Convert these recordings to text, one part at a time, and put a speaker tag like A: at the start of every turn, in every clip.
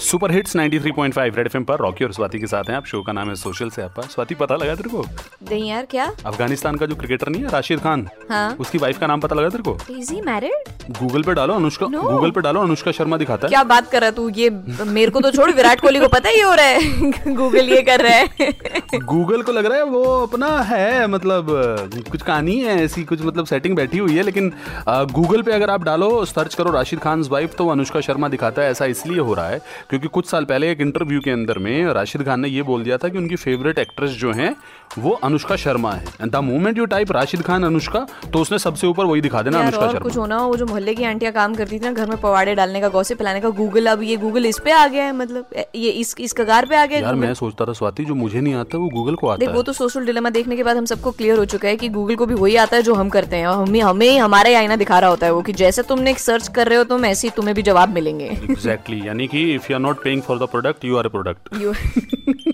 A: Super hits 93.5 red FM पर Rocky और स्वाति के साथ हैं आप शो का नाम है सोशल से आपका स्वाति पता लगा तेरे को
B: नहीं यार क्या
A: अफगानिस्तान का जो क्रिकेटर नहीं है राशिद खान
B: हाँ
A: उसकी वाइफ का नाम पता लगा तेरे को
B: इज ही मैरिड
A: गूगल पे डालो अनुष्का
B: No.
A: गूगल पे डालो अनुष्का शर्मा दिखाता है
B: क्या बात कर रहा तू ये मेरे को तो छोड़ विराट कोहली को पता ही हो रहा है गूगल ये कर रहा है
A: गूगल को लग रहा है वो अपना है मतलब अ, कुछ कहानी है ऐसी कुछ मतलब सेटिंग बैठी हुई है लेकिन गूगल पे अगर आप डालो सर्च करो राशिद खान वाइफ तो वो अनुष्का शर्मा दिखाता है ऐसा इसलिए हो रहा है क्योंकि कुछ साल पहले एक इंटरव्यू के अंदर में राशिद खान ने ये बोल दिया था कि उनकी फेवरेट एक्ट्रेस जो हैं वो अनुष्का शर्मा है the moment you type Rashid Khan Anushka तो उसने सबसे ऊपर वही दिखा देना
B: यार
A: अनुष्का
B: और कुछ
A: शर्मा
B: होना हो वो जो मोहल्ले की आंटियां काम करती थी ना घर में पवाड़े डालने का गौसे पिलाने का गूगल अब ये गूगल इस पे आ गया है मतलब ए- ये इस इस कगार पे आ गया है
A: यार
B: Google।
A: मैं सोचता था स्वाति जो मुझे नहीं आता वो गूगल को आता
B: देख
A: है
B: वो तो सोशल डिलेमा देखने के बाद हम सबको क्लियर हो चुका है कि गूगल को भी वही आता है जो हम करते हैं और हमें हमें ही हमारा ही आईना दिखा रहा होता है वो कि जैसे तुमने सर्च कर रहे हो तुम ऐसे ही तुम्हें भी जवाब मिलेंगे
A: एग्जैक्टली यानी कि if you are not paying for the product you are a product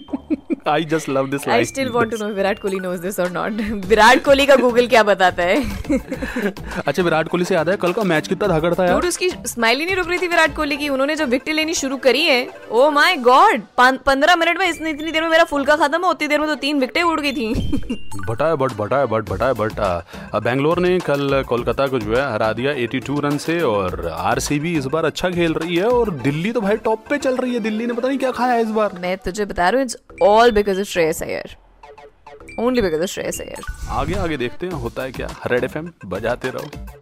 A: I just love this
B: I still want to know Virat Kohli knows this or not Virat Kohli का गूगल क्या बताता है
A: अच्छा विराट कोहली से याद है कल का मैच कितना धाकड़ था यार
B: और उसकी स्माइल ही नहीं रुक रही थी विराट कोहली की उन्होंने जब विकेट लेनी शुरू करी है oh ओ माय गॉड पंद्रह मिनट में इसने इतनी देर में मेरा फुल्का खत्म है, उतनी देर में तो तीन विकेटें उड़ गई थी
A: बटाया बट बटाया बट बटाया बट आ, बैंगलोर ने कल कोलकाता को जो है हरा दिया 82 रन से और आरसीबी इस बार अच्छा खेल रही है और दिल्ली तो भाई टॉप पे चल रही है दिल्ली ने पता नहीं क्या खाया है इस बार
B: मैं तुझे बता रहा हूँ it's all because of Shreyas Iyer only because of Shreyas Iyer
A: आगे आगे देखते हैं होता है क्या रेड एफ बजाते रहो